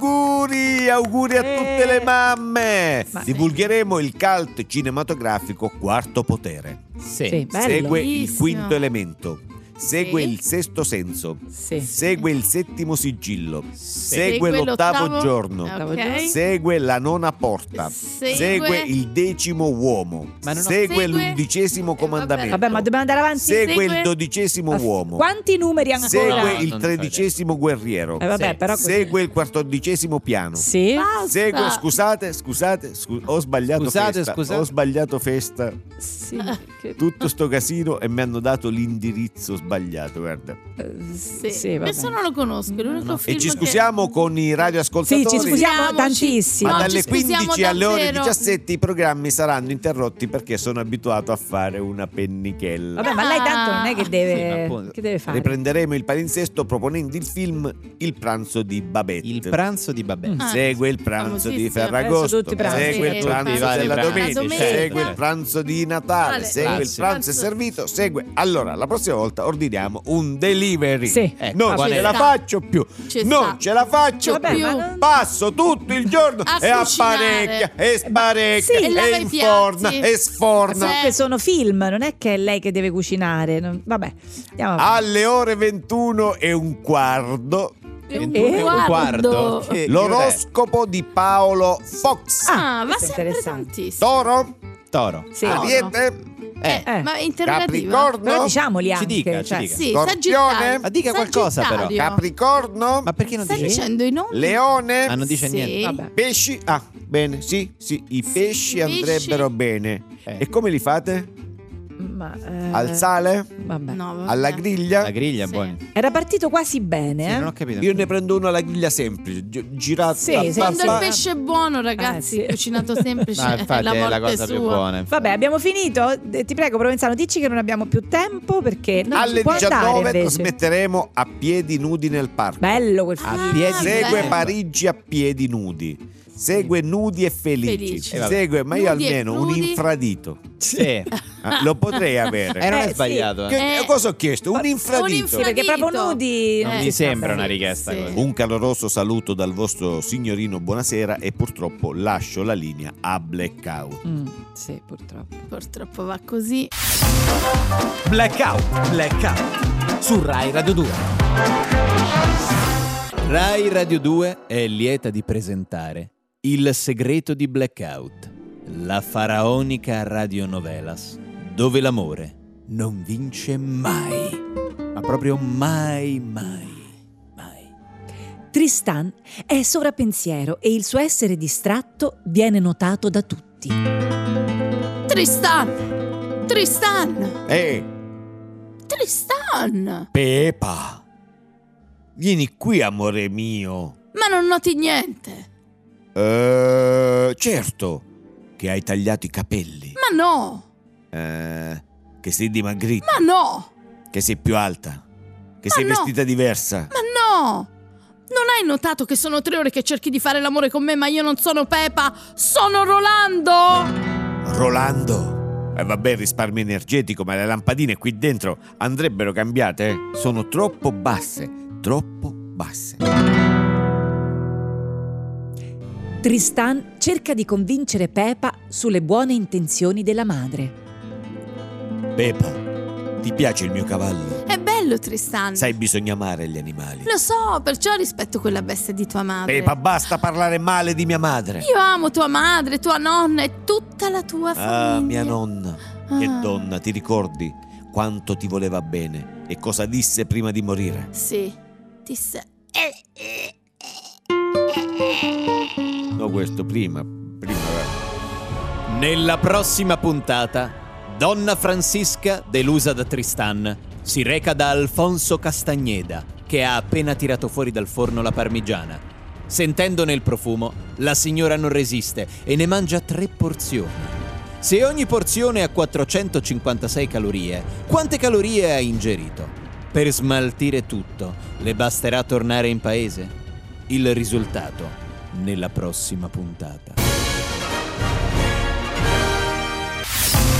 S3: Auguri! Auguri a tutte le mamme!
S7: Ma-
S3: Divulgheremo il cult cinematografico Quarto Potere.
S6: sì.
S7: Sì, bello.
S3: Segue il
S4: Bellissimo.
S3: quinto elemento. Segue
S4: Sì.
S3: il sesto senso.
S7: Sì.
S3: Segue il settimo sigillo. Segue,
S4: Segue
S3: l'ottavo,
S4: l'ottavo-
S3: giorno.
S4: Ok.
S3: Segue la nona porta.
S4: Segue-
S3: Segue il decimo uomo.
S6: Ma non ho-
S3: Segue,
S4: Segue-
S3: l'undicesimo
S4: Eh,
S3: comandamento.
S7: Vabbè, ma dobbiamo andare avanti.
S3: Segue,
S4: Segue-
S3: il dodicesimo
S7: Aff-
S3: uomo.
S7: Quanti numeri ancora?
S3: Segue
S6: No,
S3: il
S6: non
S3: tredicesimo guerriero.
S7: Eh, vabbè,
S6: Sì.
S7: però così.
S3: Segue il quattordicesimo piano.
S7: Sì.
S4: Basta.
S3: Segue, scusate, scusate, scu- ho sbagliato
S6: Scusate,
S3: festa.
S6: scusate.
S3: Ho sbagliato festa.
S7: Sì. Che-
S3: Tutto sto casino e mi hanno dato l'indirizzo sbagliato, guarda.
S7: eh,
S4: Sì.
S7: sì, vabbè.
S4: Questo non lo conosco, è l'unico film
S3: E ci scusiamo con i radioascoltatori.
S7: Sì, ci scusiamo
S4: Scusiamoci.
S7: tantissimo.
S3: Ma
S4: No,
S3: dalle
S4: ci scusiamo
S3: 15 alle ore
S4: davvero.
S3: 17 i programmi saranno interrotti perché sono abituato a fare una pennichella.
S7: Vabbè, ma lei tanto non è
S6: Sì,
S7: che
S6: ma
S7: deve,
S6: appunto.
S7: che deve fare.
S3: Riprenderemo il palinsesto proponendo il film Il pranzo di Babette.
S6: Il pranzo di Babè.
S4: Ah.
S3: Segue il pranzo di
S4: Famosissimo.
S7: Adesso
S3: Ferragosto,
S7: tutti i pranzi.
S3: segue
S4: Sì,
S3: il pranzo
S4: tutti i vari
S3: della
S4: pranzi,
S3: domenica,
S4: domenica.
S3: segue il pranzo di Natale,
S4: Natale.
S3: segue il
S6: Grazie.
S3: pranzo è servito, segue. Allora, la prossima volta ordiniamo un delivery.
S7: Sì.
S3: Eh, non
S6: Vabbè.
S3: ce la faccio più,
S4: Ci
S3: non
S4: sta.
S3: ce la faccio
S7: Vabbè,
S3: più.
S7: ma non- Eh,
S3: Passo tutto il giorno
S4: A
S3: e
S4: cucinare.
S3: apparecchia, e sparecchia,
S4: Sì. E lava
S3: e
S4: i
S3: inforna,
S4: piatti.
S3: e sforna.
S4: Sì.
S7: Comunque sono film, non è che è lei che deve cucinare. non- Vabbè, andiamo avanti.
S3: Alle ore 21 e un quarto,
S4: È un
S7: Eh?
S4: guardo. Eh,
S6: Che- che
S3: l'oroscopo di Paolo Fox.
S4: Ah, ma
S7: questo è
S4: sempre
S7: interessante.
S4: tantissimo.
S3: Toro,
S1: cioè,
S6: cos'è? Toro.
S7: Sì.
S4: Ah,
S3: Ariete,
S6: Eh.
S7: Eh.
S4: Ma è interrogativo.
S7: Però
S3: Capricorno,
S7: diciamoli
S6: Ci
S7: anche.
S6: dica, ci
S7: cioè,
S6: dica.
S4: Sì,
S3: Scorpione.
S4: Sagittario.
S6: Ma dica qualcosa, però.
S4: Sagittario.
S3: Capricorno,
S6: Ma perché non
S4: Stai
S6: dice?
S4: dicendo i nomi?
S3: Leone,
S1: Ah,
S6: Ma non dice
S4: Sì.
S6: niente.
S7: Vabbè.
S3: pesci. Ah, bene, sì, sì, i pesci
S4: pesci.
S3: andrebbero bene.
S6: Eh.
S3: E come li fate?
S2: Ma, eh,
S3: Al sale?
S2: Vabbè.
S4: No, vabbè.
S3: Alla griglia?
S1: La griglia
S4: Sì.
S1: poi.
S2: Era partito quasi bene.
S1: Sì,
S2: eh?
S1: non ho capito.
S3: Io ne prendo una alla griglia semplice, gi- girata
S2: Sì,
S3: a
S2: essendo
S4: Quando il
S3: pappa-
S4: pesce è buono, ragazzi,
S2: Eh, sì.
S4: cucinato semplice
S1: No,
S4: è
S1: infatti
S4: Cioè, la
S1: è la
S4: morte
S1: cosa
S4: sua.
S1: più buona. infatti.
S2: Vabbè, abbiamo finito. Eh, Ti prego, Provenzano, dici che non abbiamo più tempo perché non
S3: Alle
S2: ci può andare
S3: 19
S2: invece.
S3: trasmetteremo a piedi nudi nel parco.
S2: Bello quel
S1: A
S4: Ah,
S2: film.
S3: Ah,
S1: piedi
S3: Segue
S4: bello.
S3: Parigi a piedi nudi. Segue nudi e felici.
S4: Felici.
S3: Eh, vabbè. Segue, ma io
S4: Nudi e
S3: almeno un
S4: crudi.
S3: infradito.
S1: Sì. Eh,
S3: Ah, Lo potrei avere.
S1: non
S2: Eh,
S1: è
S2: sì.
S1: sbagliato. eh.
S3: Che-
S4: Eh,
S3: cosa ho chiesto? Un infradito.
S4: un
S2: Sì, perché
S4: Tradito.
S2: proprio nudi.
S4: Non
S2: ci
S4: mi
S2: sta
S1: sembra una
S2: bene.
S1: richiesta
S4: Sì.
S1: così.
S3: Un caloroso saluto dal vostro signorino, buonasera e purtroppo lascio la linea a blackout.
S2: Mm, sì, purtroppo.
S4: Purtroppo va così.
S8: Blackout, blackout. Su Rai Radio 2.
S1: Rai Radio 2 è lieta di presentare Il segreto di Blackout, la faraonica radionovelas, dove l'amore non vince mai, ma proprio mai, mai, mai.
S9: Tristan è sovrappensiero e il suo essere distratto viene notato da tutti.
S4: Tristan! Tristan!
S3: Eh,
S4: Tristan!
S3: Pepa! Vieni qui, amore mio.
S4: Ma non noti niente!
S3: Eh, certo che hai tagliato i capelli,
S4: Ma no!
S3: eh, che sei dimagrita,
S4: Ma no!
S3: che sei più alta, che sei
S4: Ah, no.
S3: vestita diversa.
S4: Ma no! Non hai notato che sono tre ore che cerchi di fare l'amore con me, ma io non sono Pepa, sono Rolando!
S3: Rolando! Eh, vabbè, risparmio energetico, ma le lampadine qui dentro andrebbero cambiate. eh. Sono troppo basse, troppo basse.
S9: Tristan cerca di convincere Peppa sulle buone intenzioni della madre.
S3: Pepa, ti piace il mio cavallo?
S4: È bello, Tristan!
S3: Sai, bisogna amare gli animali.
S4: Lo so, perciò rispetto quella bestia di tua madre.
S3: Pepa, basta parlare male di mia madre.
S4: Io amo tua madre, tua nonna e tutta la tua famiglia.
S3: Ah, mia nonna. Che
S4: Ah.
S3: donna, ti ricordi quanto ti voleva bene e cosa disse prima di morire?
S4: Sì, ti sei.
S3: No, questo prima. prima.
S1: Nella prossima puntata, Donna Francisca, delusa da Tristan, si reca da Alfonso Castagneda, che ha appena tirato fuori dal forno la parmigiana. Sentendone il profumo, la signora non resiste e ne mangia tre porzioni. Se ogni porzione ha 456 calorie, quante calorie ha ingerito? Per smaltire tutto, le basterà tornare in paese? Il risultato nella prossima puntata.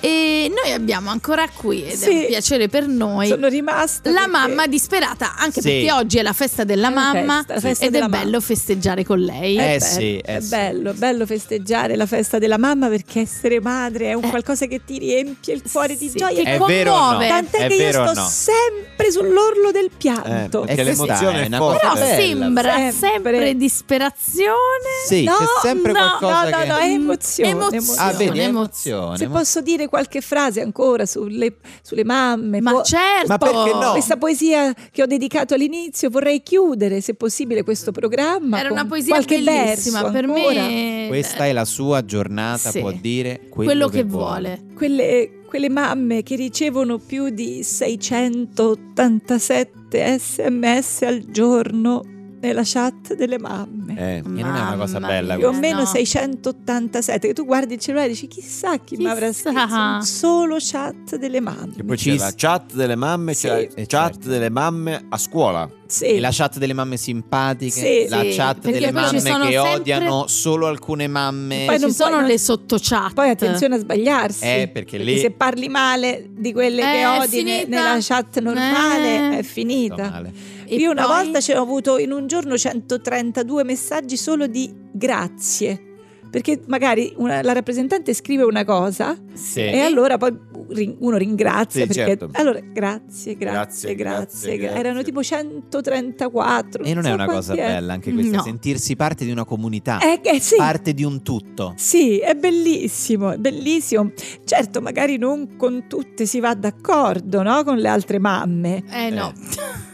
S4: E noi abbiamo ancora qui, ed è
S7: Sì.
S4: un piacere per noi,
S7: Sono rimasta.
S4: la
S7: perché-
S4: mamma disperata, anche
S1: Sì.
S4: perché oggi è la festa della
S7: È una
S4: mamma
S7: festa, la festa
S4: ed
S7: della
S4: è
S7: mamma.
S4: bello festeggiare con lei.
S1: Eh,
S7: È
S1: sì, eh
S7: è
S1: sì.
S7: bello, è bello festeggiare la festa della mamma perché essere madre è un
S4: Eh.
S7: qualcosa che ti riempie il cuore di
S4: Sì, Eh,
S7: gioia.
S4: Che
S1: È vero o no?
S4: commuove.
S7: Tant'è
S1: eh, È
S7: che io
S1: vero o
S7: sto
S1: no?
S7: sempre sull'orlo del pianto.
S3: perché
S1: Eh, ci
S3: l'emozione
S1: sta,
S3: è
S1: una
S3: forte.
S1: cosa
S4: Però
S1: bella.
S4: sembra sempre.
S7: Sempre.
S4: disperazione.
S1: Sì,
S7: No,
S1: c'è sempre
S4: no,
S1: qualcosa
S7: no, no,
S1: che...
S7: no, è emozione.
S4: Emozione.
S1: Ah,
S7: emozione.
S1: vedi, è
S4: emozione.
S1: emozione.
S7: Se posso dire qualche frase ancora sulle, sulle mamme,
S4: Ma
S7: può-
S4: certo,
S1: Ma perché no?
S7: questa poesia che ho dedicato all'inizio vorrei chiudere, se possibile, questo programma.
S4: era
S7: con
S4: una poesia
S7: qualche
S4: bellissima
S7: verso
S4: per
S7: ancora.
S4: me.
S1: Questa è la sua giornata,
S4: Sì.
S1: può dire quello,
S4: quello, che, vuole.
S7: Quelle, quelle mamme che ricevono più di 687 sms al giorno nella chat delle mamme.
S1: Eh, che non è una cosa
S4: Mamma
S1: bella
S4: mia.
S7: Più o
S1: questa.
S4: eh,
S7: meno
S4: no.
S7: 687, che tu guardi il cellulare e dici chissà chi mi avrà
S4: Chissà.
S7: scritto, sono solo chat delle mamme.
S3: Che poi c'è la chat delle mamme, c'è
S1: Sì. eh, certo.
S3: la chat delle mamme a scuola.
S7: Sì.
S1: E la chat delle mamme simpatiche,
S7: Sì,
S1: la
S4: sì,
S1: chat
S4: perché
S1: delle
S4: poi ci
S1: mamme che
S4: sono sempre-
S1: odiano solo alcune mamme.
S7: Poi
S4: Ci
S7: non
S4: sono
S7: puoi-
S4: le sottochat.
S7: Poi attenzione a sbagliarsi.
S1: Eh, perché lì-
S7: se parli male di quelle
S4: Eh,
S7: che
S4: è
S7: odi ne-
S4: finita.
S7: nella chat normale
S4: Eh.
S7: è
S1: Tutto
S7: finita.
S1: male.
S4: E
S7: Io una
S4: poi-
S7: volta ce l'ho avuto in un giorno 132 messaggi solo di grazie. Perché magari una- la rappresentante scrive una cosa
S1: Sì.
S7: e allora poi rin- uno ringrazia
S3: Sì,
S7: perché
S3: certo.
S7: allora grazie, grazie,
S3: Grazie,
S7: grazie,
S3: grazie,
S7: gra-
S3: grazie.
S7: erano tipo 134.
S1: E non è
S7: so
S1: una cosa
S7: quanti erano.
S1: bella anche questa,
S4: No.
S1: sentirsi parte di una comunità,
S7: Eh, eh, sì.
S1: parte di un tutto.
S7: Sì, è bellissimo, è bellissimo. Certo, magari non con tutte si va d'accordo, no? Con le altre mamme.
S4: Eh no.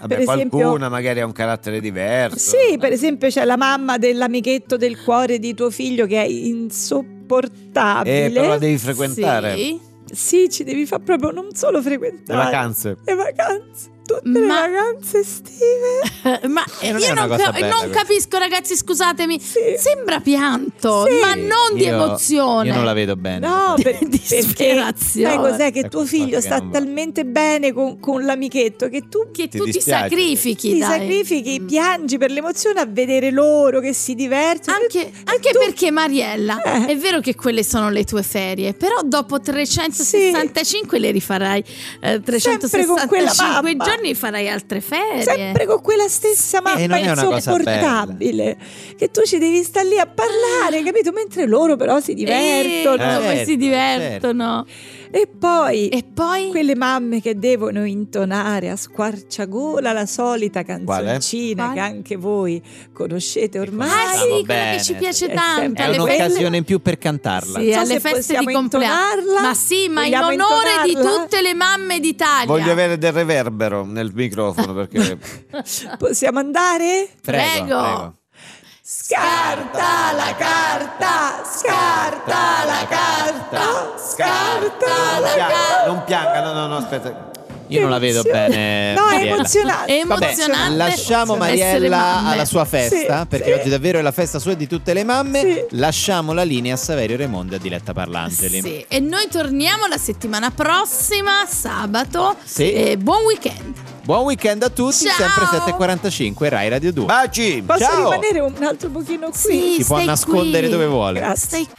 S3: Vabbè,
S7: per esempio-
S3: qualcuna magari ha un carattere diverso.
S7: Sì, per esempio c'è la mamma dell'amichetto del cuore di tuo figlio che è insopportabile.
S3: Eh, però la devi frequentare.
S4: Sì.
S7: Sì, ci devi fare proprio non solo
S3: Le
S7: frequentare.
S3: vacanze.
S7: Le vacanze, tutte le
S4: Ma-
S7: vacanze estive.
S4: Eh, Ma
S1: Eh, non è
S4: io
S1: una
S4: non,
S1: cosa
S4: ca-
S1: bella
S4: non
S1: questa.
S4: capisco, ragazzi, scusatemi.
S7: Sì.
S4: Sembra pianto,
S7: Sì.
S4: ma non di
S1: Io-
S4: emozione.
S1: Io non la vedo bene.
S7: No, per, perché
S4: Disperazione.
S7: sai cos'è? Che
S1: Ecco,
S7: tuo
S1: il fatto
S7: figlio
S1: che
S7: sta
S1: non va.
S7: talmente bene con, con l'amichetto che tu
S4: Che
S3: Ti
S4: tu ti
S3: dispiace.
S4: sacrifichi,
S7: ti
S4: dai.
S7: sacrifichi,
S4: Mm.
S7: piangi per l'emozione a vedere loro che si divertono.
S4: Anche, anche
S7: Cioè, eh, tu-
S4: perché Mariella,
S7: Eh.
S4: è vero che quelle sono le tue ferie, però dopo 365 le rifarai, eh,
S7: Sempre con quella
S4: 365
S7: mamma.
S4: giorni farai altre ferie.
S7: Sempre con quella stessa
S1: E
S7: mamma
S1: non è una cosa
S7: insopportabile che tu ci devi stare lì a
S4: Ah.
S7: parlare, capito? Mentre loro però si
S4: Eh,
S7: divertono.
S4: come
S1: Certo,
S4: si divertono.
S7: E poi
S4: E poi
S7: quelle mamme che devono intonare a squarciagola la solita canzoncina
S4: Quale?
S7: che anche voi conoscete ormai.
S4: Ah sì,
S1: Stiamo
S4: quella
S1: bene,
S4: che ci piace
S7: è
S4: tanto
S7: sempre
S1: È
S4: alle
S7: quella-
S4: feste,
S1: un'occasione in più per cantarla.
S4: sì,
S7: so
S4: alle
S7: se
S4: feste di
S7: possiamo
S4: compleanno.
S7: intonarla.
S4: Ma sì, ma in
S7: Vogliamo
S4: onore di
S7: intonarla?
S4: tutte le mamme d'Italia.
S3: Voglio avere del reverbero nel microfono perché
S7: Possiamo andare?
S4: Prego.
S7: Scarta la carta, scarta la carta, scarta la carta.
S3: non pianga, no, no, no, aspetta.
S1: Io non la vedo
S7: Emozione-
S1: bene.
S7: No, è
S1: Mariella.
S7: emozionante.
S4: È
S1: Vabbè,
S4: emozionante.
S1: lasciamo
S4: essere
S1: Mariella
S4: mamme.
S1: alla sua festa,
S7: Sì,
S1: perché
S7: sì.
S1: oggi davvero è la festa sua e di tutte le mamme.
S7: Sì.
S1: Lasciamo la linea a Saverio Raimondi e a Diletta Parlangeli.
S4: Sì, e noi torniamo la settimana prossima, sabato.
S1: Sì.
S4: E buon weekend.
S1: Buon weekend a tutti,
S4: Ciao.
S1: sempre 7.45 Rai Radio 2.
S3: Baci!
S7: Posso
S1: Ciao.
S7: rimanere un altro pochino qui?
S4: Sì,
S1: Si può
S4: stai
S1: nascondere
S4: qui.
S1: dove vuole.
S7: Grazie.
S4: Stai